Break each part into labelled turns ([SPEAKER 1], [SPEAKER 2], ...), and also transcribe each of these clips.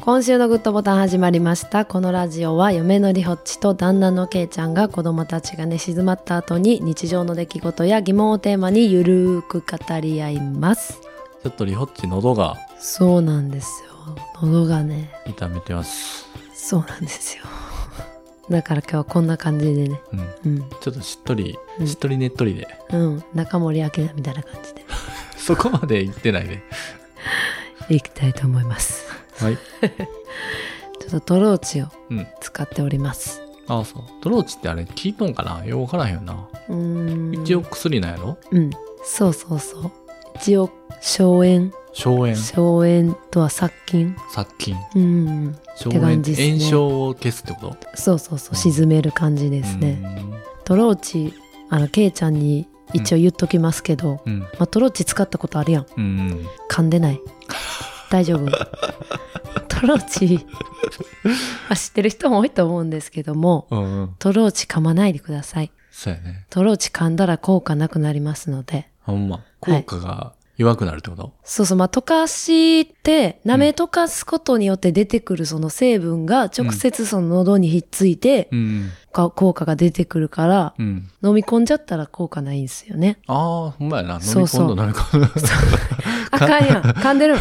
[SPEAKER 1] 今週のグッドボタン始まりましたこのラジオは嫁のりほっちと旦那のけいちゃんが子供たちが寝静まった後に日常の出来事や疑問をテーマにゆるーく語り合います
[SPEAKER 2] ちょっとリホッチ喉が
[SPEAKER 1] そうなんですよ喉がね
[SPEAKER 2] 痛めてます。
[SPEAKER 1] そうなんですよ だから今日はこんな感じでね
[SPEAKER 2] うん。
[SPEAKER 1] うん
[SPEAKER 2] ちょっとしっとり
[SPEAKER 1] う、ん
[SPEAKER 2] しっとりねっとりで。
[SPEAKER 1] うん中森明菜みたいな感じで
[SPEAKER 2] そこまで言ってないで。
[SPEAKER 1] いきたいと思います
[SPEAKER 2] はい。
[SPEAKER 1] ちょっとトローチを
[SPEAKER 2] うん。
[SPEAKER 1] 使っております
[SPEAKER 2] ああ、そう。ドローチってあれ効いとんかなようわからへんよな。
[SPEAKER 1] うーん
[SPEAKER 2] 一応薬なんやろ
[SPEAKER 1] うんそうそうそう一応消炎
[SPEAKER 2] 消炎、
[SPEAKER 1] 消炎とは殺菌
[SPEAKER 2] 殺菌。
[SPEAKER 1] うんっ
[SPEAKER 2] 消
[SPEAKER 1] て
[SPEAKER 2] 炎、
[SPEAKER 1] 感じっすね
[SPEAKER 2] 炎症を消すってこと
[SPEAKER 1] そうそうそう沈める感じですね、。トローチあのケイちゃんに一応言っときますけど、
[SPEAKER 2] うん。
[SPEAKER 1] まあ、トローチ使ったことあるやん
[SPEAKER 2] うん。うん。
[SPEAKER 1] 噛んでない大 丈夫トローチ、まあ、知ってる人も多いと思うんですけども
[SPEAKER 2] うんうん。
[SPEAKER 1] トローチ噛まないでください
[SPEAKER 2] そうやね。
[SPEAKER 1] トローチ噛んだら効果なくなりますので
[SPEAKER 2] ほんま。効果が弱くなるってこと
[SPEAKER 1] そうそう、まあ、溶かして、舐め溶かすことによって出てくるその成分が直接その喉にひっついて、
[SPEAKER 2] うん。
[SPEAKER 1] か効果が出てくるから、
[SPEAKER 2] うん。
[SPEAKER 1] 飲み込んじゃったら効果ないんですよね。
[SPEAKER 2] ああ、ほんまやな。飲み
[SPEAKER 1] そうそう
[SPEAKER 2] 込んだ、飲み込んだ。
[SPEAKER 1] あかんやん。噛んでる。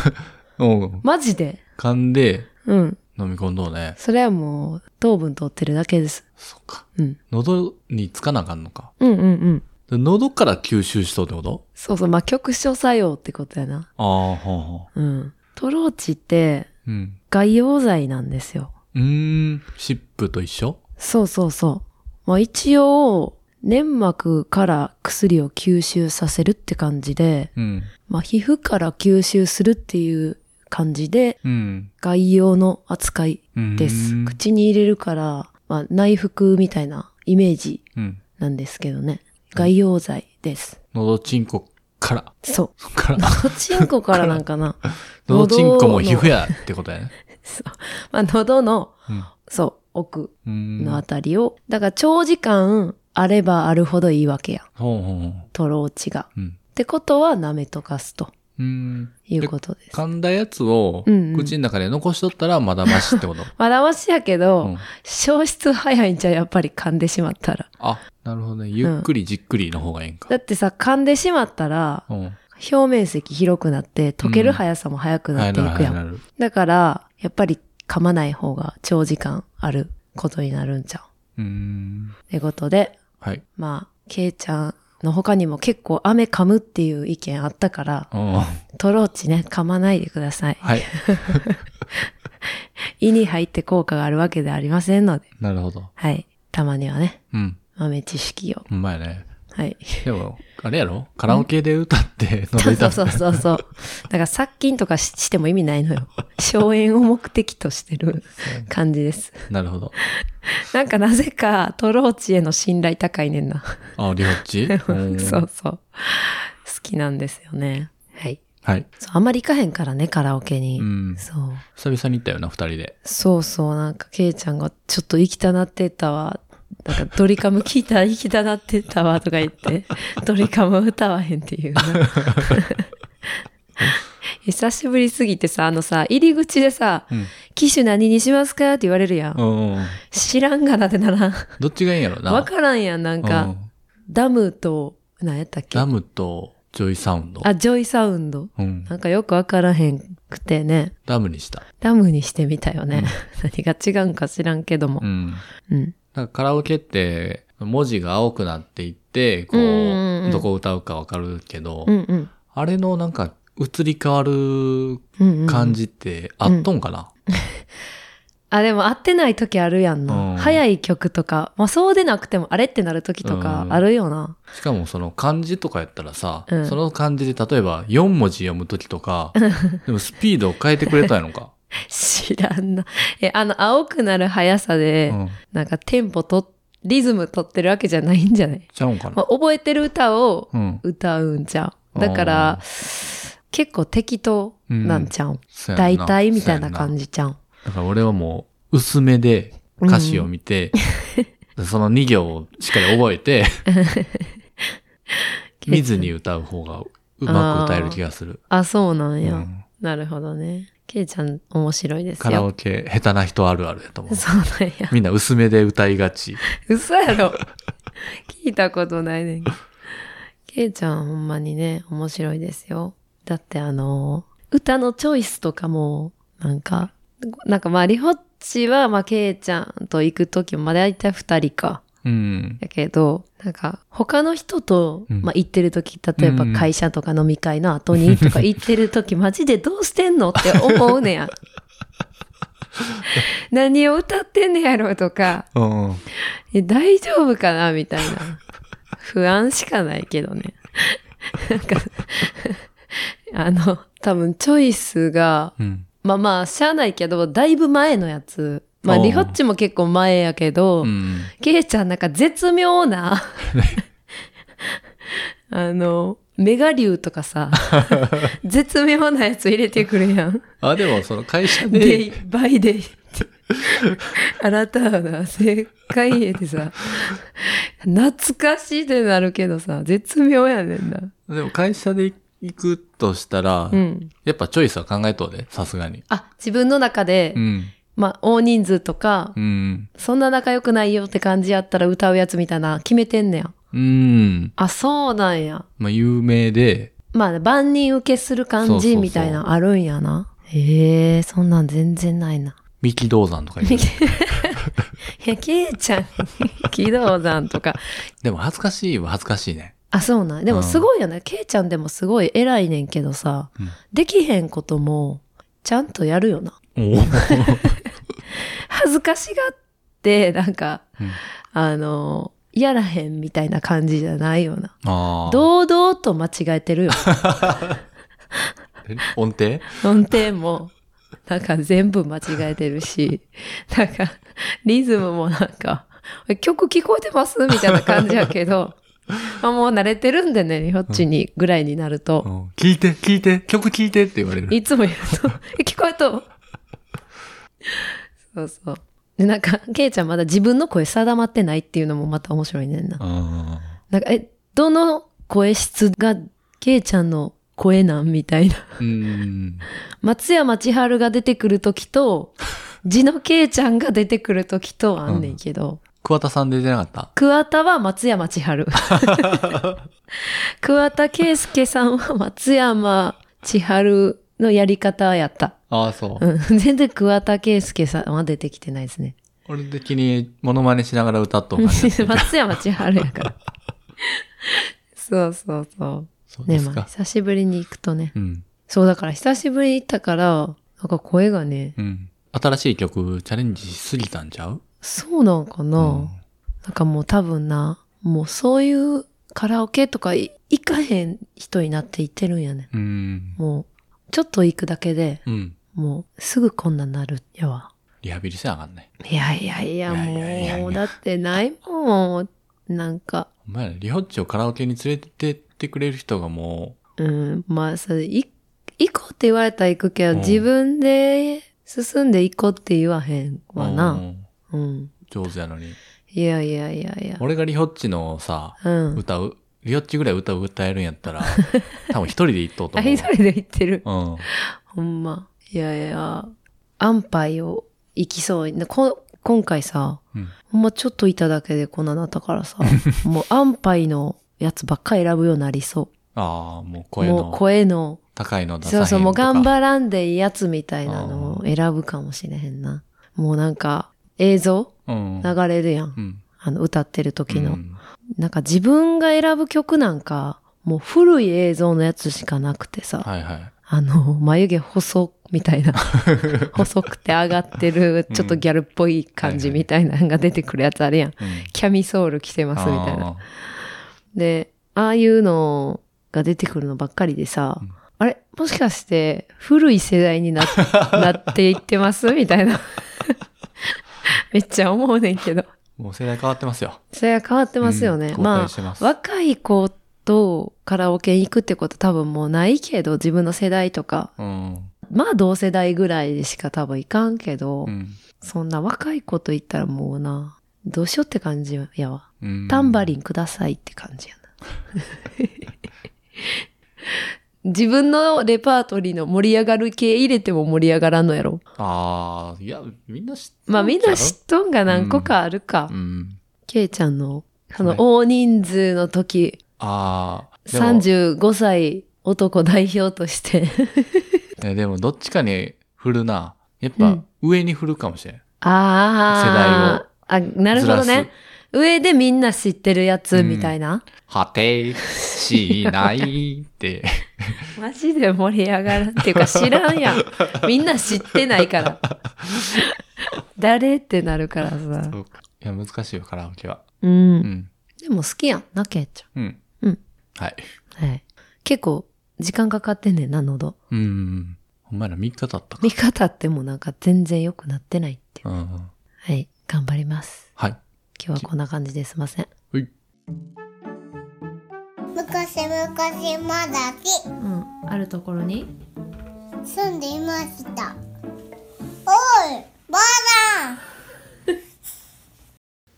[SPEAKER 2] うん。
[SPEAKER 1] マジで。
[SPEAKER 2] 噛んで
[SPEAKER 1] うん。
[SPEAKER 2] 飲み込んどうね。
[SPEAKER 1] それはもう、糖分取ってるだけです。
[SPEAKER 2] そっか。
[SPEAKER 1] うん。
[SPEAKER 2] 喉につかなあかんのか。
[SPEAKER 1] うんうんうん。
[SPEAKER 2] で喉から吸収しとうってこと
[SPEAKER 1] そうそう、まあ、局所作用ってことやな。
[SPEAKER 2] ああ、ほうほ
[SPEAKER 1] うん。トローチって、
[SPEAKER 2] う。うん。
[SPEAKER 1] 外用剤なんですよ。
[SPEAKER 2] うーん。湿布と一緒
[SPEAKER 1] そうそうそう。まあ一応、粘膜から薬を吸収させるって感じで、
[SPEAKER 2] うん。
[SPEAKER 1] まあ皮膚から吸収するっていう感じで、
[SPEAKER 2] うん。
[SPEAKER 1] 外用の扱いです
[SPEAKER 2] うー。ん
[SPEAKER 1] 口に入れるから、まあ内服みたいなイメージ
[SPEAKER 2] うん。
[SPEAKER 1] なんですけどね。外用剤です。
[SPEAKER 2] 喉チンコから。
[SPEAKER 1] そう。
[SPEAKER 2] そっから。
[SPEAKER 1] 喉チンコからなんか な。
[SPEAKER 2] 喉チンコも皮膚
[SPEAKER 1] や。
[SPEAKER 2] やってことやね。
[SPEAKER 1] そう。まあ喉の、
[SPEAKER 2] うん
[SPEAKER 1] そう、奥
[SPEAKER 2] うー
[SPEAKER 1] のあ
[SPEAKER 2] ん。
[SPEAKER 1] たりを、だから長時間あればあるほどいいわけや。
[SPEAKER 2] ほうほうほう。
[SPEAKER 1] トローチが。
[SPEAKER 2] うん。
[SPEAKER 1] ってことは舐めとかすと
[SPEAKER 2] うーん。
[SPEAKER 1] いうことです。
[SPEAKER 2] 噛んだやつを
[SPEAKER 1] うんうん
[SPEAKER 2] 口の中で残しとったらまだマシってこと。
[SPEAKER 1] まだましやけ
[SPEAKER 2] う
[SPEAKER 1] ど、
[SPEAKER 2] ん
[SPEAKER 1] 消失早いんじゃうやっぱり噛んでしまったら。
[SPEAKER 2] あ、なるほどね。ゆっくりじっくりの方がいいんか
[SPEAKER 1] だ。ってさ、噛んでしまったら、
[SPEAKER 2] うん。
[SPEAKER 1] 表面積広くなって、溶ける速さも速くなっていくやん。
[SPEAKER 2] る。
[SPEAKER 1] だから、やっぱり噛まない方が長時間あることになるんじゃう。
[SPEAKER 2] うーん。
[SPEAKER 1] ってことで、
[SPEAKER 2] はい。
[SPEAKER 1] まあ、ケイちゃんの他にも結構飴噛むっていう意見あったから、
[SPEAKER 2] うん。は
[SPEAKER 1] トローチね、噛まないでください。
[SPEAKER 2] い。
[SPEAKER 1] 胃に入って効果があるわけではありませんので、
[SPEAKER 2] なるほど。
[SPEAKER 1] はい。たまにはね、
[SPEAKER 2] うん。
[SPEAKER 1] 豆知識を。
[SPEAKER 2] ほんまやね。
[SPEAKER 1] はい。
[SPEAKER 2] でも、あれやろカラオケで歌って
[SPEAKER 1] そ
[SPEAKER 2] 喉痛め
[SPEAKER 1] う
[SPEAKER 2] た。
[SPEAKER 1] そうそうそう。だから殺菌とかししても意味ないのよ。消炎を目的としてる感じです。
[SPEAKER 2] なるほど。
[SPEAKER 1] なんかなぜかトローチへの信頼高いねんな。
[SPEAKER 2] あ、リホッチう ん
[SPEAKER 1] そうそう。好きなんですよね。はい。
[SPEAKER 2] はい。
[SPEAKER 1] そうあんまり行かへんからね、カラオケに。
[SPEAKER 2] うん。久
[SPEAKER 1] そう。
[SPEAKER 2] 々に行ったよな、二人で。
[SPEAKER 1] そうそう、なんか、ケイちゃんが、ちょっと生きたなってたわ。なんか、ドリカム聞いたら生きたなってたわ、とか言っ て、ドリカム歌わへんっていうな。 久しぶりすぎてさ、あのさ、入り口でさ、
[SPEAKER 2] うん。
[SPEAKER 1] 機種何にしますかって言われるやん。
[SPEAKER 2] うんうん。
[SPEAKER 1] 知らんがなってならん。
[SPEAKER 2] どっちがいいんやろな。
[SPEAKER 1] わからんやん、なんか、
[SPEAKER 2] うん
[SPEAKER 1] ダムと、何やったっけ
[SPEAKER 2] ダムとジョイサウンド。
[SPEAKER 1] あ、ジョイサウンド。
[SPEAKER 2] うん。
[SPEAKER 1] なんかよくわからへんくてね、
[SPEAKER 2] ダムにした。
[SPEAKER 1] ダムにしてみたよね。 何が違うんか知らんけども
[SPEAKER 2] う。ん。
[SPEAKER 1] うん。
[SPEAKER 2] なんかカラオケって、文字が青くなっていって、こ
[SPEAKER 1] うんうんう
[SPEAKER 2] う、
[SPEAKER 1] ん
[SPEAKER 2] どこ歌うかわかるけど
[SPEAKER 1] う、んうん。
[SPEAKER 2] あれのなんか、移り変わる
[SPEAKER 1] うんうん
[SPEAKER 2] 感じってあっとんかな
[SPEAKER 1] あ、でも合ってない時あるやんな。
[SPEAKER 2] うん
[SPEAKER 1] 早い曲とか、まあそうでなくてもあれってなる時とかあるよな。
[SPEAKER 2] しかもその漢字とかやったらさ、
[SPEAKER 1] うん
[SPEAKER 2] その漢字で例えば4文字読むときとか、でもスピードを変えてくれたんやのか。
[SPEAKER 1] 知らんな。え、あの、青くなる速さで、
[SPEAKER 2] うん。
[SPEAKER 1] なんかテンポと、リズム取ってるわけじゃないんじゃない、
[SPEAKER 2] ちゃうんかな。
[SPEAKER 1] まあ、覚えてる歌を
[SPEAKER 2] うん。
[SPEAKER 1] 歌うんじゃん。だから、結構適当なんじゃん。
[SPEAKER 2] そうやん
[SPEAKER 1] 大
[SPEAKER 2] な
[SPEAKER 1] 体みたいな
[SPEAKER 2] そうやん
[SPEAKER 1] 感じじゃん。
[SPEAKER 2] だから俺はもう薄めで歌詞を見て、 その2行をしっかり覚えて、見ずに歌う方がうまく歌える気がする。
[SPEAKER 1] あ、そうなん
[SPEAKER 2] う
[SPEAKER 1] や。
[SPEAKER 2] ん
[SPEAKER 1] なるほどね。ケイちゃん面白いですよ。
[SPEAKER 2] カラオケ下手な人あるあるやと思う。
[SPEAKER 1] そうなん や。
[SPEAKER 2] みんな薄めで歌いがち。
[SPEAKER 1] 嘘やろ。聞いたことないねんけど。ケイちゃんほんまにね、面白いですよ。だってあの、歌のチョイスとかも、なんか、なんかまあ、リホッチは、まあ、ケイちゃんと行くときも、まあ、大体二人か。
[SPEAKER 2] うん。
[SPEAKER 1] やけど、なんか、他の人と、
[SPEAKER 2] うん
[SPEAKER 1] まあ、行ってるとき、例えば
[SPEAKER 2] うん
[SPEAKER 1] 会社とか飲み会の後にとか行ってると き、マジでどうしてんのって思うねや。何を歌ってんねやろとか、
[SPEAKER 2] うんうん。
[SPEAKER 1] え大丈夫かなみたいな。不安しかないけどね。なんか、あの、多分チョイスが、
[SPEAKER 2] うん。
[SPEAKER 1] まあまあ、しゃあないけど、だいぶ前のやつ。まあ、
[SPEAKER 2] おう
[SPEAKER 1] リホッチも結構前やけど、
[SPEAKER 2] うん。
[SPEAKER 1] ケイちゃんなんか絶妙 な、あの、メガ流とか さ、絶妙なやつ入れてくるやん。
[SPEAKER 2] あ、でもその会社
[SPEAKER 1] デイ
[SPEAKER 2] で、、
[SPEAKER 1] バイデイって。あなたはな、正解へでさ、懐かしいってなるけどさ、絶妙やねんな。
[SPEAKER 2] でも会社で行くとしたら、
[SPEAKER 1] うん。
[SPEAKER 2] やっぱチョイスは考えとうで、さすがに。
[SPEAKER 1] あ、自分の中で、
[SPEAKER 2] うん。
[SPEAKER 1] まあ、大人数とか、
[SPEAKER 2] うん。
[SPEAKER 1] そんな仲良くないよって感じやったら歌うやつみたいな決めてんねや。
[SPEAKER 2] うん。
[SPEAKER 1] あ、そうなんや。
[SPEAKER 2] まあ、有名で、
[SPEAKER 1] まあ、万人受けする
[SPEAKER 2] そう
[SPEAKER 1] 感
[SPEAKER 2] そう
[SPEAKER 1] じ
[SPEAKER 2] そう
[SPEAKER 1] みたいなのあるんやな。へえそんなん全然ないな。
[SPEAKER 2] 三木道山とか言う。
[SPEAKER 1] いや、けいちゃん、 喜道山とか。
[SPEAKER 2] でも恥ずかしいは恥ずかしいね。
[SPEAKER 1] あ、そうなん。で
[SPEAKER 2] う
[SPEAKER 1] も
[SPEAKER 2] ん
[SPEAKER 1] すごいよね。けいちゃんでもすごい偉いねんけどさ、
[SPEAKER 2] うん
[SPEAKER 1] できへんことも、ちゃんとやるよな。
[SPEAKER 2] おー
[SPEAKER 1] 恥ずかしがって、なんか、
[SPEAKER 2] うん
[SPEAKER 1] あの、やらへんみたいな感じじゃないよな。
[SPEAKER 2] ああ。
[SPEAKER 1] 堂々と間違えてるよ。
[SPEAKER 2] え音程
[SPEAKER 1] 音程も、なんか全部間違えてるし、 なんか、リズムもなんか、曲聞こえてますみたいな感じやけど、 あもう慣れてるんでね、リホッチにぐらいになる
[SPEAKER 2] う
[SPEAKER 1] と、
[SPEAKER 2] ん聞いて、聞いて、曲聞いてって言われる。
[SPEAKER 1] いつも言うと、え聞こえとそうそう。で、なんか、ケイちゃんまだ自分の声定まってないっていうのもまた面白いねんな。
[SPEAKER 2] うん。
[SPEAKER 1] なんか、え、どの声質がケイちゃんの声なんみたいな。
[SPEAKER 2] うん。
[SPEAKER 1] 松山千春が出てくるとき と、地のけいちゃんが出てくるときとあんねんけど、
[SPEAKER 2] 桑田さん出てなかった
[SPEAKER 1] 桑田は松山千 春。桑田圭介さんは松山千春のやり方やった。
[SPEAKER 2] ああ、そう。
[SPEAKER 1] うん、全然桑田圭介さんは出てきてないですね。
[SPEAKER 2] 俺的にモノマネしながら歌っとう感じだ った
[SPEAKER 1] 松山千春やから。そうそうそ
[SPEAKER 2] そう
[SPEAKER 1] う。ね
[SPEAKER 2] です
[SPEAKER 1] まあ、
[SPEAKER 2] か。
[SPEAKER 1] 久しぶりに行くとね。
[SPEAKER 2] うん。
[SPEAKER 1] そう、だから久しぶりに行ったから、なんか声がね、
[SPEAKER 2] うん。新しい曲チャレンジしすぎたんちゃう
[SPEAKER 1] そうなんかな、
[SPEAKER 2] うん。
[SPEAKER 1] なんかもう多分な、もうそういうカラオケとかい行かへん人になって行ってるんやね。
[SPEAKER 2] うん。
[SPEAKER 1] もう、ちょっと行くだけで、
[SPEAKER 2] うん。
[SPEAKER 1] もうすぐこんなんなるやわ。
[SPEAKER 2] リハビリせなあかんね。
[SPEAKER 1] いやいやいや、
[SPEAKER 2] いやいやいやいや
[SPEAKER 1] もう、だってないもん。なんか、
[SPEAKER 2] お前ら、リホッチをカラオケに連れてってくれる人がも
[SPEAKER 1] うん、まあ、それ、い行こうって言われたら行くけど、
[SPEAKER 2] うん
[SPEAKER 1] 自分で進んで行こうって言わへん
[SPEAKER 2] う、
[SPEAKER 1] わ
[SPEAKER 2] う
[SPEAKER 1] な。
[SPEAKER 2] ん
[SPEAKER 1] うん。
[SPEAKER 2] 上手やのに。
[SPEAKER 1] いやいやいやいや。
[SPEAKER 2] 俺がリホッチのさ、
[SPEAKER 1] うん。
[SPEAKER 2] 歌う、リホッチぐらい歌う歌えるんやっ たら、多分一人で行っとうと
[SPEAKER 1] あ、
[SPEAKER 2] 思
[SPEAKER 1] 一人で行ってる。
[SPEAKER 2] う。うん。
[SPEAKER 1] ほんま。いやいや、安牌を行きそうに。こ今回さ、
[SPEAKER 2] うん
[SPEAKER 1] ほんまちょっといただけでこんななったから さ、もう安牌のやつばっかり選ぶようになりそ
[SPEAKER 2] ああ、もう
[SPEAKER 1] う。
[SPEAKER 2] 声
[SPEAKER 1] もう
[SPEAKER 2] の
[SPEAKER 1] 声の、
[SPEAKER 2] 高いの出さへ
[SPEAKER 1] そう
[SPEAKER 2] んとか
[SPEAKER 1] そう、もう頑張らんでいいやつみたいなのを選ぶかもしれへんな。もうなんか、映像
[SPEAKER 2] うん。
[SPEAKER 1] 流れるやん。
[SPEAKER 2] うん。
[SPEAKER 1] あの、歌ってる時の。
[SPEAKER 2] うん
[SPEAKER 1] なんか自分が選ぶ曲なんか、もう古い映像のやつしかなくてさ。
[SPEAKER 2] はいはい。
[SPEAKER 1] あの、眉毛細みたい な、細くて上がってる、ちょっとギャルっぽい感じみたいなのが出てくるやつあるやん。
[SPEAKER 2] うん
[SPEAKER 1] キャミソール着てますみたいな。
[SPEAKER 2] あ
[SPEAKER 1] で、ああいうのが出てくるのばっかりでさ、
[SPEAKER 2] うん
[SPEAKER 1] あれもしかして古い世代に ななっていってますみたいな。めっちゃ思うねんけど。
[SPEAKER 2] ーもう世代変わってますよ。
[SPEAKER 1] それは変わってますよね。
[SPEAKER 2] うん
[SPEAKER 1] ま
[SPEAKER 2] 交代してま
[SPEAKER 1] あ、
[SPEAKER 2] す
[SPEAKER 1] 若い子とカラオケ行くってこと多分もうないけど、自分の世代とか。
[SPEAKER 2] うん。
[SPEAKER 1] まあ同世代ぐらいでしか多分いかんけど、
[SPEAKER 2] うん
[SPEAKER 1] そんな若い子と言ったらもうな、どうしようって感じやわ。
[SPEAKER 2] うん
[SPEAKER 1] タンバリンくださいって感じやな。 自分のレパートリーの盛り上がる系入れても盛り上がらんのやろ。
[SPEAKER 2] ああ、いや、みんな知って
[SPEAKER 1] まあみんな知っとんが何個かあるか。
[SPEAKER 2] うん。
[SPEAKER 1] ケイちゃんの、その
[SPEAKER 2] はい
[SPEAKER 1] 大人数の時、
[SPEAKER 2] ああ。でも
[SPEAKER 1] 35歳男代表として。
[SPEAKER 2] えでもどっちかに振るな。やっぱ上に振るかもしれん。
[SPEAKER 1] ああ。世代を。あ、なるほど
[SPEAKER 2] ずら
[SPEAKER 1] ね
[SPEAKER 2] す。
[SPEAKER 1] 上でみんな知ってるやつみたいな。
[SPEAKER 2] 果てしないって。
[SPEAKER 1] マジで盛り上がらんっていうか知らんやん。 みんな知ってないから。誰ってなるからさ。
[SPEAKER 2] そうかいや、難しいよ、カラオケは。
[SPEAKER 1] う。
[SPEAKER 2] うんん。
[SPEAKER 1] でも好きやんな、ケイち
[SPEAKER 2] うん。
[SPEAKER 1] うん。
[SPEAKER 2] はい。
[SPEAKER 1] ゃん。はい。結構、時間かかってんねんな、喉。
[SPEAKER 2] うん。ほんまやな、3日経ったか。
[SPEAKER 1] 見方ってもなんか全然良くなってないっていう。
[SPEAKER 2] うんうん。
[SPEAKER 1] はい。頑張ります。
[SPEAKER 2] はい。
[SPEAKER 1] 今日はこんな感じですいません。
[SPEAKER 2] うい。
[SPEAKER 3] 昔昔まだ
[SPEAKER 1] う
[SPEAKER 3] し
[SPEAKER 1] ん。あるところに
[SPEAKER 3] 住んでいましたおいばあさん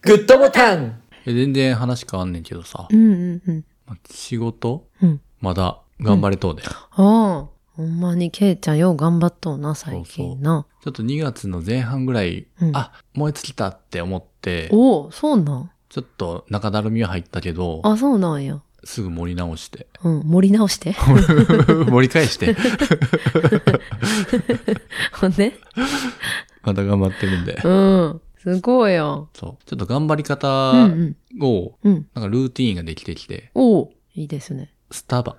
[SPEAKER 2] グッドボタン全然話変わんねんけどさ
[SPEAKER 1] う、んうんうん。
[SPEAKER 2] ま仕事
[SPEAKER 1] うん。
[SPEAKER 2] まだ頑張れとうで。
[SPEAKER 1] ああ。ほんまにケイちゃんよう頑張っとうな、最近な。
[SPEAKER 2] ちょっと2月の前半ぐらい、
[SPEAKER 1] うん
[SPEAKER 2] あ、燃え尽きたって思って、
[SPEAKER 1] おお、そうなん。
[SPEAKER 2] ちょっと中だるみは入ったけど、
[SPEAKER 1] あ、そうなんや。
[SPEAKER 2] すぐ盛り直して。
[SPEAKER 1] うん。盛り直して。
[SPEAKER 2] 盛り返 して、
[SPEAKER 1] ほんで
[SPEAKER 2] また頑張ってるん で。
[SPEAKER 1] うん。すごいよ。
[SPEAKER 2] そう。ちょっと頑張り
[SPEAKER 1] うん
[SPEAKER 2] 方
[SPEAKER 1] うん。
[SPEAKER 2] を、
[SPEAKER 1] うん。
[SPEAKER 2] なんかルーティーンができてきて、
[SPEAKER 1] おおいいですね。
[SPEAKER 2] スタバ。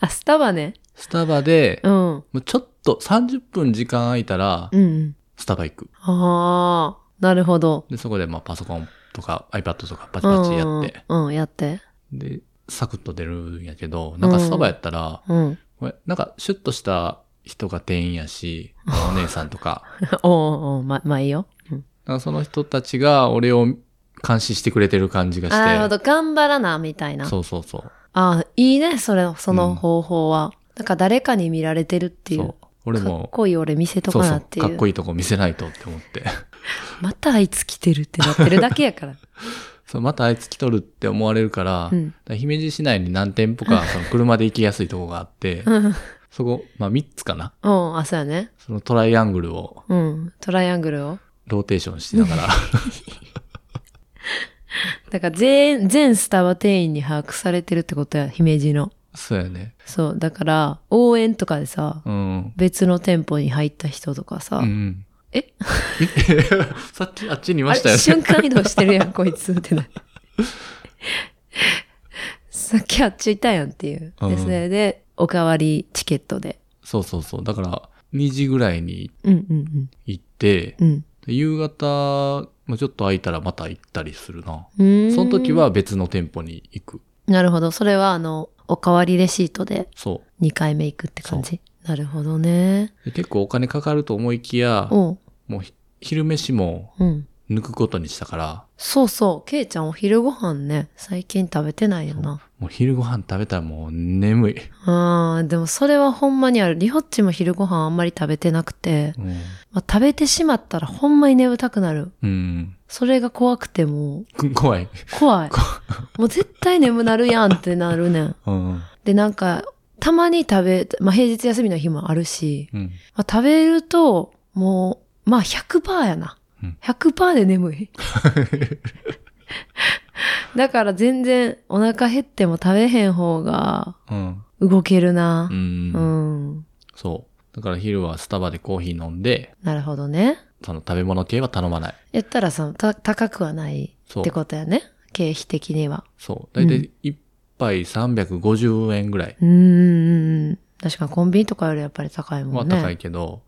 [SPEAKER 1] あ、スタバね。
[SPEAKER 2] スタバで、
[SPEAKER 1] うん。うん
[SPEAKER 2] もうちょっと30分時間空いたら、
[SPEAKER 1] うん。
[SPEAKER 2] スタバ行く。
[SPEAKER 1] ああ、なるほど。
[SPEAKER 2] で、そこでまあパソコンとか iPad とかパチ
[SPEAKER 1] うん
[SPEAKER 2] パチやって、
[SPEAKER 1] うん、うんやって。
[SPEAKER 2] で、サクッと出るんやけど、なんかスタバやったら、
[SPEAKER 1] うん。
[SPEAKER 2] これなんかシュッとした人が店員やし、お姉さんとか、
[SPEAKER 1] おおおうま、まあいいよ。うん
[SPEAKER 2] なんかその人たちが俺を監視してくれてる感じがして。
[SPEAKER 1] あなるほど。頑張らな、みたいな。
[SPEAKER 2] そうそうそう。
[SPEAKER 1] あいいね、それ、その
[SPEAKER 2] うん
[SPEAKER 1] 方法は。なんか誰かに見られてるってい。
[SPEAKER 2] そう俺
[SPEAKER 1] かっ
[SPEAKER 2] も、
[SPEAKER 1] こいい俺見せとか
[SPEAKER 2] そうそ
[SPEAKER 1] な
[SPEAKER 2] う、
[SPEAKER 1] っていう。
[SPEAKER 2] かっこいいとこ見せないとって思って。
[SPEAKER 1] またあいつ来てるってなってるだけやから。
[SPEAKER 2] そうまたあいつ来とるって思われるから、
[SPEAKER 1] う
[SPEAKER 2] だか
[SPEAKER 1] ん。
[SPEAKER 2] ら姫路市内に何店 舗か、その車で行きやすいとこがあって、
[SPEAKER 1] うん。
[SPEAKER 2] そこ、まあ3つかな。
[SPEAKER 1] うん、あ、そうやね。
[SPEAKER 2] そのトライアングルを
[SPEAKER 1] うん。トライアングルを。
[SPEAKER 2] ローテーションしな がら、
[SPEAKER 1] だから全、全スタバ店員に把握されてるってことや、姫路の。
[SPEAKER 2] そうやね。
[SPEAKER 1] そう。だから、応援とかでさ、
[SPEAKER 2] うん。
[SPEAKER 1] 別の店舗に入った人とかさ、
[SPEAKER 2] うん。
[SPEAKER 1] え
[SPEAKER 2] さっきあっちにいま
[SPEAKER 1] あ
[SPEAKER 2] したよ
[SPEAKER 1] れ
[SPEAKER 2] ね。
[SPEAKER 1] 瞬間移動して るやん、こいつってな。さっきあっちいたやんっていう。
[SPEAKER 2] う
[SPEAKER 1] で、
[SPEAKER 2] ん
[SPEAKER 1] それで、おかわりチケットで。
[SPEAKER 2] そうそうそう。だから、2時ぐらいに
[SPEAKER 1] うんうん
[SPEAKER 2] 行って、
[SPEAKER 1] うん。うん
[SPEAKER 2] で夕方、もちょっと空いたらまた行ったりするな。。
[SPEAKER 1] うーん
[SPEAKER 2] その時。は別の店舗に行く。
[SPEAKER 1] なるほど。それは、あの、おかわりレシートで
[SPEAKER 2] そ
[SPEAKER 1] 2回目行くって感じ。なるほどね。
[SPEAKER 2] う。で結構お金かかると思いきや、
[SPEAKER 1] うん。
[SPEAKER 2] もうひ昼飯も
[SPEAKER 1] うん。
[SPEAKER 2] 抜くことにしたから、
[SPEAKER 1] そうそう。ケイちゃんお昼ご飯ね、最近食べてないよな。
[SPEAKER 2] もう昼ご飯食べたらもう眠い。
[SPEAKER 1] あーでもそれはほんまにある。リホッチも昼ご飯あんまり食べてなくて、
[SPEAKER 2] うん。
[SPEAKER 1] まあ、食べてしまったらほんまに眠たくなる。
[SPEAKER 2] うん、
[SPEAKER 1] それが怖くても
[SPEAKER 2] く 怖い。
[SPEAKER 1] う怖い。 もう絶対眠なるやんってなるねん。
[SPEAKER 2] うん。
[SPEAKER 1] で、なんか、たまに食べ、まあ、平日休みの日もあるし、
[SPEAKER 2] うん。
[SPEAKER 1] まあ、食べると、もう、まあ100%やな
[SPEAKER 2] うん。
[SPEAKER 1] 100%で眠 い。だから全然お腹減っても食べへん方が
[SPEAKER 2] うん。
[SPEAKER 1] 動けるな
[SPEAKER 2] う。。
[SPEAKER 1] うんん。
[SPEAKER 2] そう。だから昼はスタバでコーヒー飲んで、
[SPEAKER 1] なるほどね。
[SPEAKER 2] その食べ物系は頼まない。
[SPEAKER 1] やったらそのた、高くはない
[SPEAKER 2] そう
[SPEAKER 1] ってことやね。経費的には。
[SPEAKER 2] そう。だいた
[SPEAKER 1] う
[SPEAKER 2] い1杯350円ぐらい。
[SPEAKER 1] うーん。確かにコンビニとかよりやっぱり高い
[SPEAKER 2] ま
[SPEAKER 1] も
[SPEAKER 2] あ
[SPEAKER 1] んね。
[SPEAKER 2] 高いけど、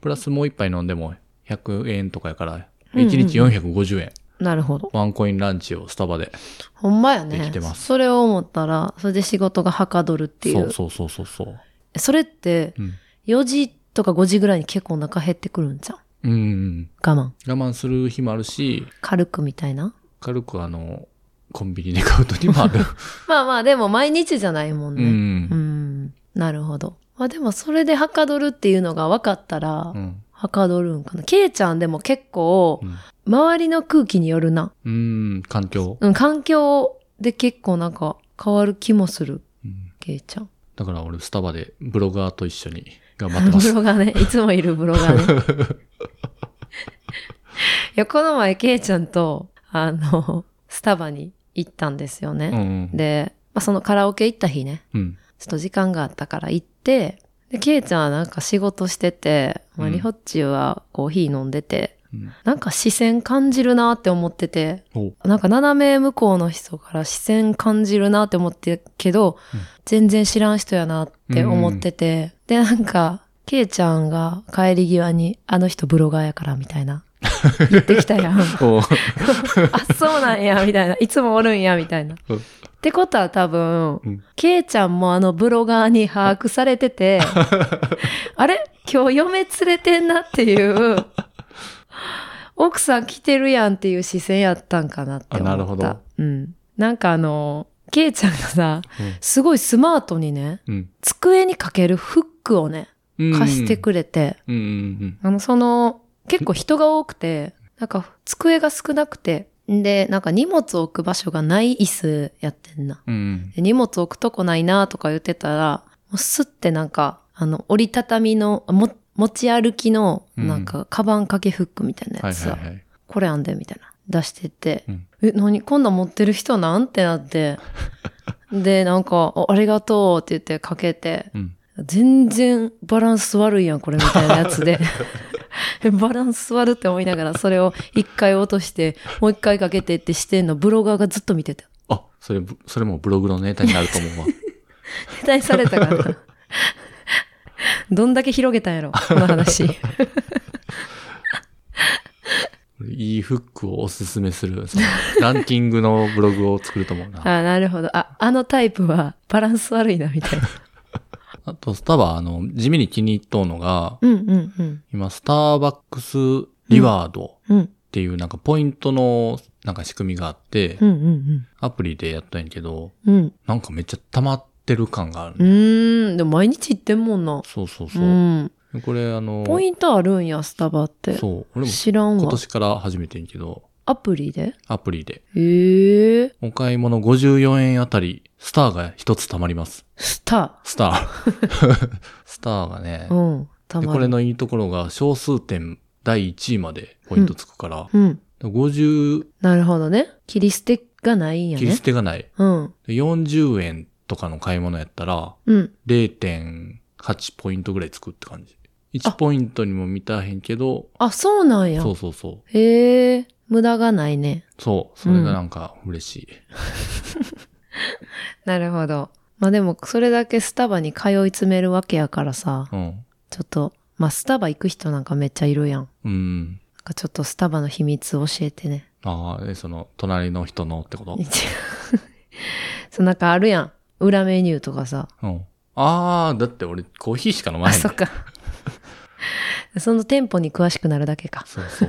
[SPEAKER 2] プラスもう一杯飲んでも100円とかやから、
[SPEAKER 1] うんうん
[SPEAKER 2] 1日450円、
[SPEAKER 1] なるほど。
[SPEAKER 2] ワンコインランチをスタバで。
[SPEAKER 1] ほんまやね。
[SPEAKER 2] できてます
[SPEAKER 1] それを思ったら、それで仕事がはかどるっていう。
[SPEAKER 2] そうそうそうそうそう。
[SPEAKER 1] それって、
[SPEAKER 2] うん。
[SPEAKER 1] 4時とか5時ぐらいに結構お腹減ってくるんじゃん。
[SPEAKER 2] うん。
[SPEAKER 1] 我慢。
[SPEAKER 2] 我慢する日もあるし、
[SPEAKER 1] 軽くみたいな。
[SPEAKER 2] 軽くあの、コンビニで買う時も ある。
[SPEAKER 1] まあまあ、でも毎日じゃないもん
[SPEAKER 2] う。
[SPEAKER 1] ね。うんん。なるほど。まあでもそれではかどるっていうのが分かったら
[SPEAKER 2] う、ん。
[SPEAKER 1] はかどるんかな。ケイちゃんでも結構、
[SPEAKER 2] うん
[SPEAKER 1] 周りの空気によるな。
[SPEAKER 2] うん、環境。
[SPEAKER 1] うん、環境で結構なんか変わる気もする。
[SPEAKER 2] うん
[SPEAKER 1] けいちゃん。
[SPEAKER 2] だから俺スタバでブロガーと一緒に頑張ってま
[SPEAKER 1] ブ
[SPEAKER 2] す。
[SPEAKER 1] ロガーね。いつもいるブロガーね。いや、この前、ケイちゃんと、あの、スタバに行ったんですよ
[SPEAKER 2] うんう
[SPEAKER 1] ね。
[SPEAKER 2] ん。
[SPEAKER 1] で、まあ、そのカラオケ行った日ね、
[SPEAKER 2] うん。
[SPEAKER 1] ちょっと時間があったから行って、で、ケイちゃんはなんか仕事してて、まあ、
[SPEAKER 2] うん
[SPEAKER 1] リホッチはコーヒー飲んでて、
[SPEAKER 2] うん
[SPEAKER 1] なんか視線感じるなって思ってて、
[SPEAKER 2] お
[SPEAKER 1] なんか斜め向こうの人から視線感じるなって思ってるけど、
[SPEAKER 2] うん
[SPEAKER 1] 全然知らん人やなって思ってて、で、なんか、ケイちゃんが帰り際に、あの人ブロガーやからみたい な、言ってきたやん。
[SPEAKER 2] お
[SPEAKER 1] あ、そうなんや、みたいな。いつもおるんや、みたいな。
[SPEAKER 2] うん
[SPEAKER 1] ってことは多分、
[SPEAKER 2] うん
[SPEAKER 1] ケイちゃんもあのブロガーに把握されて て、あれ今日嫁連れてんなっていう、奥さん来てるやんっていう視線やったんかなって思った。
[SPEAKER 2] あなるほど
[SPEAKER 1] うん。なんかあの、ケイちゃんがさ、
[SPEAKER 2] うん
[SPEAKER 1] すごいスマートにね、
[SPEAKER 2] うん。
[SPEAKER 1] 机にかけるフックをね、貸してくれて、
[SPEAKER 2] うんうん
[SPEAKER 1] あの、その、結構人が多くて、なんか、机が少なくて、んで、なんか荷物を置く場所がない椅子やってんな。
[SPEAKER 2] うん。うん。
[SPEAKER 1] で荷物置くとこないなとか言ってたら、もうすってなんか、あの、折りたたみの、も持ち歩きの、
[SPEAKER 2] うん
[SPEAKER 1] なんか、カバン掛けフックみたいな
[SPEAKER 2] は
[SPEAKER 1] や
[SPEAKER 2] い
[SPEAKER 1] つさ、
[SPEAKER 2] はいはい。
[SPEAKER 1] これあんで、みたいな。出してて、
[SPEAKER 2] うん
[SPEAKER 1] え、何こんなん持ってる人なんてなって。で、なんか、あありがとうって言ってかけて、
[SPEAKER 2] うん。
[SPEAKER 1] 全然バランス悪いやん、これみたいなやつ で。バランス悪って思いながら、それを一回落として、もう一回かけてってしてんの、ブロガーがずっと見てた。
[SPEAKER 2] あ、それ、ぶそれもブログのネタになると思 うわ。
[SPEAKER 1] 期待されたからな。どんだけ広げたんやろ、この 話。
[SPEAKER 2] いいフックをおすすめする、そのランキングのブログを作ると思うな。
[SPEAKER 1] あなるほど。あ、あのタイプはバランス悪いな、みたいな。
[SPEAKER 2] あと、スタバ、あの、地味に気に入っとうのが、
[SPEAKER 1] うんうんうん。
[SPEAKER 2] 今、スターバックスリワードっ
[SPEAKER 1] うん
[SPEAKER 2] ていうなんかポイントのなんか仕組みがあって
[SPEAKER 1] う、んうん
[SPEAKER 2] アプリでやったんやけど、
[SPEAKER 1] うん。うん。
[SPEAKER 2] なんかめっちゃ溜まってる感がある
[SPEAKER 1] う
[SPEAKER 2] ね。
[SPEAKER 1] ーん。でも毎日行ってんもんな。
[SPEAKER 2] そうそう
[SPEAKER 1] う
[SPEAKER 2] そう。
[SPEAKER 1] ん。
[SPEAKER 2] これあの、
[SPEAKER 1] ポイントあるんや、スタバって。
[SPEAKER 2] そう、俺も
[SPEAKER 1] 知らん
[SPEAKER 2] 今
[SPEAKER 1] わ。
[SPEAKER 2] 年から始めてんけど、
[SPEAKER 1] アプリで
[SPEAKER 2] アプリで。
[SPEAKER 1] ええ
[SPEAKER 2] お買い物54円あたり、スターが一つ溜まります。
[SPEAKER 1] スタ
[SPEAKER 2] スター。 スターがね
[SPEAKER 1] ー。、うん。た
[SPEAKER 2] で
[SPEAKER 1] ま
[SPEAKER 2] これ
[SPEAKER 1] に。
[SPEAKER 2] のいいところが小数点第1位までポイントつくから、
[SPEAKER 1] うん。
[SPEAKER 2] 50
[SPEAKER 1] なるほどね。切り捨てがないんや
[SPEAKER 2] 切り
[SPEAKER 1] ね
[SPEAKER 2] 捨。てがない。
[SPEAKER 1] うん。
[SPEAKER 2] で40円とかの買い物やったら、
[SPEAKER 1] うん。
[SPEAKER 2] 0.8ポイントぐらいつくって感じ。1ポイントにも満たへんけど、
[SPEAKER 1] あ、そうなんや
[SPEAKER 2] そ。うそうそう。
[SPEAKER 1] へえ。無駄がないね。
[SPEAKER 2] そう。それがなんか嬉しい。
[SPEAKER 1] なるほど。まあでも、それだけスタバに通い詰めるわけやからさ、
[SPEAKER 2] うん。
[SPEAKER 1] ちょっと、まあスタバ行く人なんかめっちゃいるやん。
[SPEAKER 2] うん。
[SPEAKER 1] なんかちょっとスタバの秘密教えてね。
[SPEAKER 2] ああ、えその、隣の人のってこと
[SPEAKER 1] そう、なんかあるやん。裏メニューとかさ。
[SPEAKER 2] うん。ああ、だって俺コーヒーしか飲ま
[SPEAKER 1] あ、
[SPEAKER 2] へんねん
[SPEAKER 1] そっ か。その店舗に詳しくなるだけか。
[SPEAKER 2] そうそう。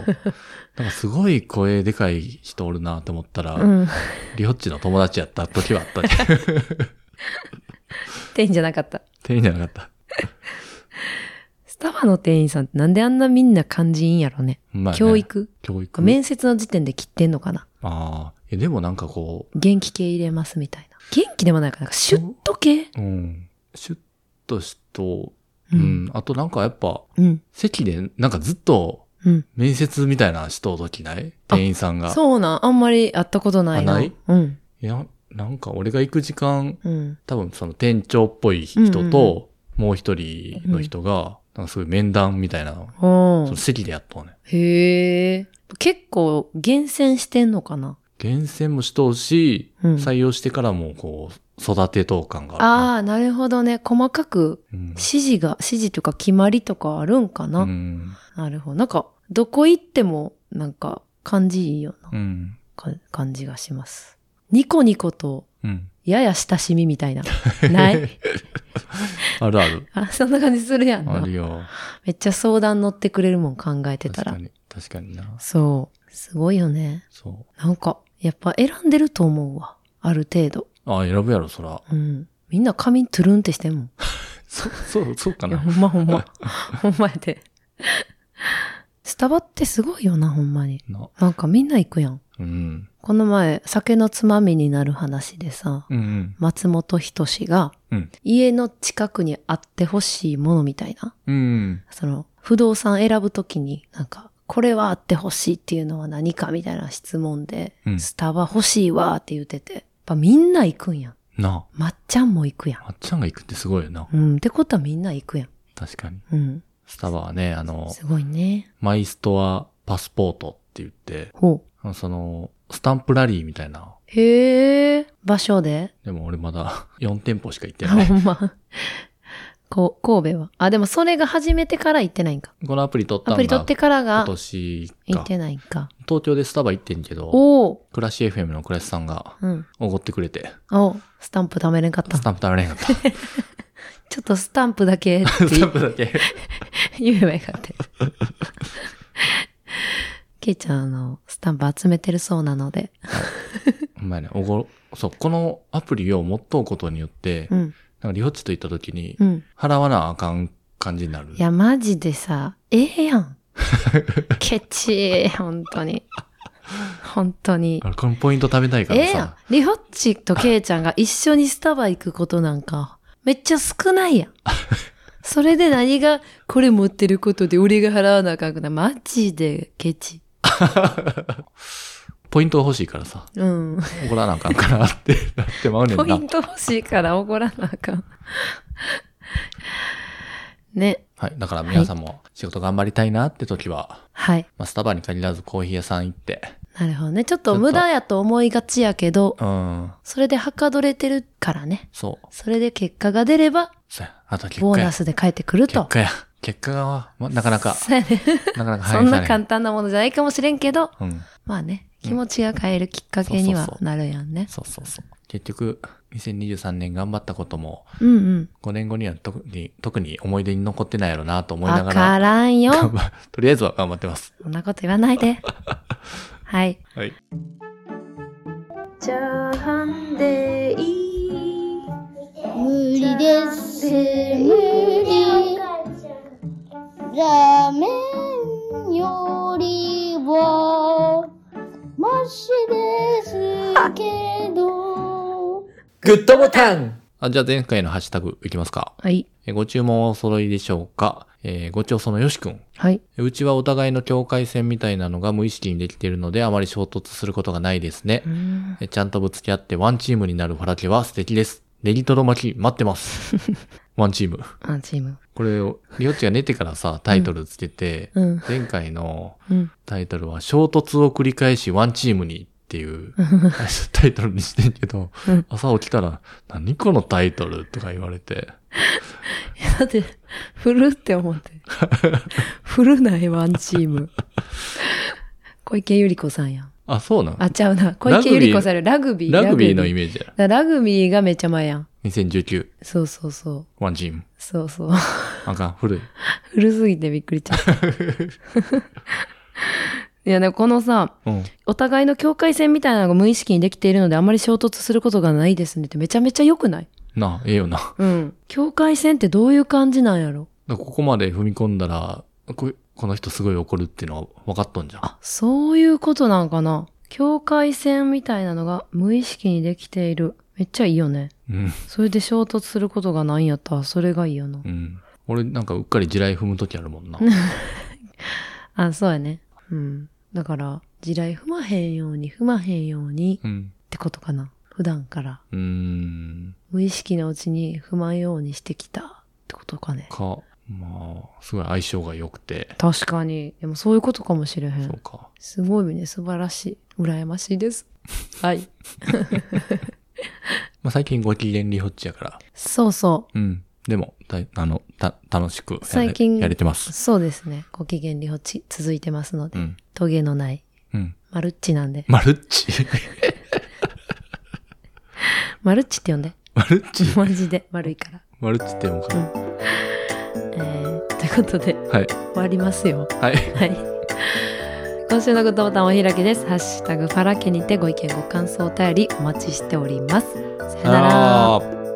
[SPEAKER 2] なんかすごい声でかい人おるなと思ったら、
[SPEAKER 1] うん。
[SPEAKER 2] リホッチの友達やった時はあった ね。
[SPEAKER 1] 店員じゃなかった。
[SPEAKER 2] 店員じゃなかった。
[SPEAKER 1] スタバの店員さんってなんであんなみんな感じいいんやろね。
[SPEAKER 2] ほんまやね
[SPEAKER 1] 教。育
[SPEAKER 2] 教育。
[SPEAKER 1] 面接の時点で切ってんのかな
[SPEAKER 2] ああ。え、でもなんかこ
[SPEAKER 1] 元気系入れますみたいな。元気でもないかななんかシュッと系
[SPEAKER 2] う、うん。シュッとしと、
[SPEAKER 1] う
[SPEAKER 2] うんん。あとなんかやっぱ、
[SPEAKER 1] うん。
[SPEAKER 2] 席でなんかずっと
[SPEAKER 1] うん。
[SPEAKER 2] 面接みたいなしとう時ない店員さんが。
[SPEAKER 1] そうなん。あんまり会ったことないな。
[SPEAKER 2] あない
[SPEAKER 1] うん。
[SPEAKER 2] いや、なんか俺が行く時間、
[SPEAKER 1] うん。
[SPEAKER 2] 多分その店長っぽい人
[SPEAKER 1] うんうん
[SPEAKER 2] と、もう一人の人が、なんかすごい面談みたいなの、
[SPEAKER 1] お
[SPEAKER 2] そ
[SPEAKER 1] ー
[SPEAKER 2] の席でやっとうね。
[SPEAKER 1] へえ。結構厳選してんのかな
[SPEAKER 2] 厳選もしとうし、
[SPEAKER 1] うん
[SPEAKER 2] 採用してからもこう、育てとう感があるな。
[SPEAKER 1] ああー、なるほどね。細かく
[SPEAKER 2] うん
[SPEAKER 1] 指示が、指示というか決まりとかあるんかな、
[SPEAKER 2] うん。
[SPEAKER 1] なるほど。なんか、どこ行っても、なんか、感じいいよな、
[SPEAKER 2] うん。
[SPEAKER 1] か感じがします。ニコニコと、
[SPEAKER 2] うん。
[SPEAKER 1] やや親しみみたい な。ない
[SPEAKER 2] あるある。
[SPEAKER 1] あ、そんな感じするやん
[SPEAKER 2] あ
[SPEAKER 1] な
[SPEAKER 2] る。よ。
[SPEAKER 1] めっちゃ相談乗ってくれるもん考えてた。
[SPEAKER 2] 確からに。確かにな。
[SPEAKER 1] そう。すごいよね。
[SPEAKER 2] そ
[SPEAKER 1] なんか、やっぱ選んでると思うわ。ある程度。
[SPEAKER 2] う。あ、選ぶやろ、そら。
[SPEAKER 1] うん。みんな髪トゥルンってしてんもん。
[SPEAKER 2] そ、そう、そうか
[SPEAKER 1] いや、
[SPEAKER 2] な。
[SPEAKER 1] ほんまほんま。 ほんまやで。スタバってすごいよな、ほんまに。
[SPEAKER 2] な
[SPEAKER 1] なんかみんな行くやん。
[SPEAKER 2] うん。
[SPEAKER 1] この前、酒のつまみになる話でさ、
[SPEAKER 2] うんうん。
[SPEAKER 1] 松本人志が、
[SPEAKER 2] うん
[SPEAKER 1] 家の近くにあってほしいものみたいな、
[SPEAKER 2] うん。
[SPEAKER 1] その、不動産選ぶときに、なんか、これはあってほしいっていうのは何かみたいな質問で、
[SPEAKER 2] うん
[SPEAKER 1] スタバ欲しいわーって言ってて、やっぱみんな行くんやん。
[SPEAKER 2] な
[SPEAKER 1] まっちゃんも行くやん
[SPEAKER 2] あ。。まっちゃんが行くってすごいよな。
[SPEAKER 1] うん、ってことはみんな行くやん。
[SPEAKER 2] 確かに。
[SPEAKER 1] うん。
[SPEAKER 2] スタバはね、あの、
[SPEAKER 1] すごいね。
[SPEAKER 2] マイストアパスポートって言って、
[SPEAKER 1] ほう。
[SPEAKER 2] その、スタンプラリーみたいな。
[SPEAKER 1] へえ、場所で
[SPEAKER 2] でも俺まだ 4店舗しか行って
[SPEAKER 1] あ
[SPEAKER 2] ない。
[SPEAKER 1] ほんま。こう、神戸は。あ、でもそれが始めてから行ってないんか。
[SPEAKER 2] このアプリ取っ
[SPEAKER 1] ア
[SPEAKER 2] たのが
[SPEAKER 1] プリ取ってから
[SPEAKER 2] 今
[SPEAKER 1] が
[SPEAKER 2] 年
[SPEAKER 1] 行
[SPEAKER 2] か
[SPEAKER 1] っ。てないんか。
[SPEAKER 2] 東京でスタバ行ってんけど、
[SPEAKER 1] おお
[SPEAKER 2] 暮らし FM の暮らしさんが
[SPEAKER 1] ーうん。
[SPEAKER 2] おごってくれて、
[SPEAKER 1] おスタンプ貯めれんかった
[SPEAKER 2] ス。タンプ食べれへん かった。
[SPEAKER 1] ちょっとスタンプだけって
[SPEAKER 2] スタンプだけ。
[SPEAKER 1] 言えばよ かった。ケイちゃん、あの、スタンプ集めてるそうなので。
[SPEAKER 2] ほんまやね、おご、そう、このアプリを持っとうことによって、
[SPEAKER 1] うん。
[SPEAKER 2] なんかリホッチと行った時に
[SPEAKER 1] う、ん。
[SPEAKER 2] 払わなあかん感じになる。
[SPEAKER 1] いや、マジでさ、ええやん。 ケチ本当に。本当に。
[SPEAKER 2] あれこのポイント食べたいか
[SPEAKER 1] え
[SPEAKER 2] ら
[SPEAKER 1] えやん
[SPEAKER 2] さ。。
[SPEAKER 1] リホッチとケイちゃんが一緒にスタバ行くことなんか、めっちゃ少ない やん。それで何が、これ持ってることで俺が払わなあかんくない。マジでケチ。
[SPEAKER 2] ポイントが欲しいからさ、
[SPEAKER 1] うん。
[SPEAKER 2] おごらなあかんからってなってまうねん
[SPEAKER 1] ポ
[SPEAKER 2] な。
[SPEAKER 1] イント欲しいから怒らなあかん。 ね。
[SPEAKER 2] はい。だから皆さんも仕事頑張りたいなって時は、
[SPEAKER 1] はい。
[SPEAKER 2] まあ、スタバに限らずコーヒー屋さん行って、
[SPEAKER 1] なるほどね。ちょっ
[SPEAKER 2] ち
[SPEAKER 1] と
[SPEAKER 2] ょっと
[SPEAKER 1] 無駄やと思いがちやけど、
[SPEAKER 2] うん、
[SPEAKER 1] それではかどれてるからね。
[SPEAKER 2] そう。
[SPEAKER 1] それで結果が出れば、
[SPEAKER 2] そうや。あと結
[SPEAKER 1] ボ
[SPEAKER 2] 果
[SPEAKER 1] ー
[SPEAKER 2] や
[SPEAKER 1] ナ。スで返ってくる
[SPEAKER 2] 結
[SPEAKER 1] と。
[SPEAKER 2] 果や。結果が、ま、なかな か、
[SPEAKER 1] そうやね。
[SPEAKER 2] なかなか
[SPEAKER 1] そ
[SPEAKER 2] 反
[SPEAKER 1] んな
[SPEAKER 2] 映されへん
[SPEAKER 1] 簡単なものじゃないかもしれんけど、
[SPEAKER 2] うん。
[SPEAKER 1] まあね、気持ちが変えるきっかけに
[SPEAKER 2] そう
[SPEAKER 1] は
[SPEAKER 2] そうそう
[SPEAKER 1] なるやんね。
[SPEAKER 2] そうそうそう。結局、2023年頑張ったことも、
[SPEAKER 1] うんうん。
[SPEAKER 2] 5年後には特に、特に思い出に残ってないやろなと思いな
[SPEAKER 1] わ
[SPEAKER 2] が、
[SPEAKER 1] かららんよ。
[SPEAKER 2] 頑張 とりあえずは頑張ってます。
[SPEAKER 1] そんなこと言わないで。 はい。
[SPEAKER 2] はい。
[SPEAKER 1] じゃあ、んでいい。
[SPEAKER 3] 無理です。無理。ラーメンよりはマシですけど。
[SPEAKER 2] グッドボタンあじゃあ前回のハッシュタグいきますか。
[SPEAKER 1] はい。
[SPEAKER 2] えご注文はお揃いでしょうか、えーご調査のよしくん。
[SPEAKER 1] はい。
[SPEAKER 2] えうちはお互いの境界線みたいなのが無意識にできているのであまり衝突することがないですね
[SPEAKER 1] う。ん。
[SPEAKER 2] えちゃんとぶつけ合ってワンチームになるファラケは素敵です。ネギトロ巻き待っ てます。ワンチーム。
[SPEAKER 1] あ、チーム。
[SPEAKER 2] これを、リオッチが寝てからさ、タイトルつけて、
[SPEAKER 1] うん。
[SPEAKER 2] 前回の
[SPEAKER 1] うん。
[SPEAKER 2] タイトルは衝突を繰り返しワンチームにっていうタイトルにしてんけど、
[SPEAKER 1] うん
[SPEAKER 2] 朝起きたら、何このタイトルとか言われて、
[SPEAKER 1] だって、振るって思って。振るないワンチーム。小池百合子さんやん。
[SPEAKER 2] あ、そうなん
[SPEAKER 1] あ、ちゃうな。小池百合子さんよりラグビー。
[SPEAKER 2] ラグビーのイ
[SPEAKER 1] メ
[SPEAKER 2] メージや。
[SPEAKER 1] ージ。ラグビーがめっちゃ前やん。
[SPEAKER 2] 2019、
[SPEAKER 1] そうそうそう。
[SPEAKER 2] ワンチーム。
[SPEAKER 1] そうそう。
[SPEAKER 2] あかん、古い。
[SPEAKER 1] 古すぎてびっくりしちゃ った。いや、でもこのさ、
[SPEAKER 2] うん。
[SPEAKER 1] お互いの境界線みたいなのが無意識にできているのであまり衝突することがないですねってめちゃめちゃ良くない
[SPEAKER 2] なあ、ええよな。だか
[SPEAKER 1] うん。境界線ってどういう感じなんやろ
[SPEAKER 2] らここまで踏み込んだら、ここの人すごい怒るっていうのは分かっとんじゃん。
[SPEAKER 1] あ、そういうことなんかな境界線みたいなのが無意識にできている。めっちゃいいよね。
[SPEAKER 2] うん。
[SPEAKER 1] それで衝突することがないんやったらそれがいいよな
[SPEAKER 2] う。ん。俺なんかうっかり地雷踏むときあるもんな。
[SPEAKER 1] あ、そうやね。うん。だから、地雷踏まへんように踏まへんように
[SPEAKER 2] うん。
[SPEAKER 1] ってことかな。普段から。
[SPEAKER 2] うーん。
[SPEAKER 1] 無意識のうちに踏まんようにしてきたってことかね。
[SPEAKER 2] か、まあ、すごい相性が良くて。
[SPEAKER 1] 確かに。でもそういうことかもしれへ。
[SPEAKER 2] そうんか。
[SPEAKER 1] すごいね。素晴らしい。羨ましいです。はい。
[SPEAKER 2] まあ最近ご機嫌リホッチやから。
[SPEAKER 1] そうそ
[SPEAKER 2] うん。でも、たあの、た、楽しくやれ
[SPEAKER 1] 最近
[SPEAKER 2] やれてま
[SPEAKER 1] う。
[SPEAKER 2] す。
[SPEAKER 1] そうですね。ご機嫌リホッチ続いてますの
[SPEAKER 2] う
[SPEAKER 1] で。
[SPEAKER 2] ん。
[SPEAKER 1] トゲのない。
[SPEAKER 2] うん。
[SPEAKER 1] マルッチなんで。
[SPEAKER 2] マルッチ
[SPEAKER 1] マルッチって呼んで。
[SPEAKER 2] マルッチ
[SPEAKER 1] マジで。丸いから。
[SPEAKER 2] マルッチって呼ぶかな。
[SPEAKER 1] えー、ということで、
[SPEAKER 2] はい。
[SPEAKER 1] 終わりますよ。
[SPEAKER 2] はい。
[SPEAKER 1] はい。今週のグッドボタンお開きです。ハッシュタグファラケにてご意見ご感想お便りお待ちしております。さよなら。
[SPEAKER 2] あー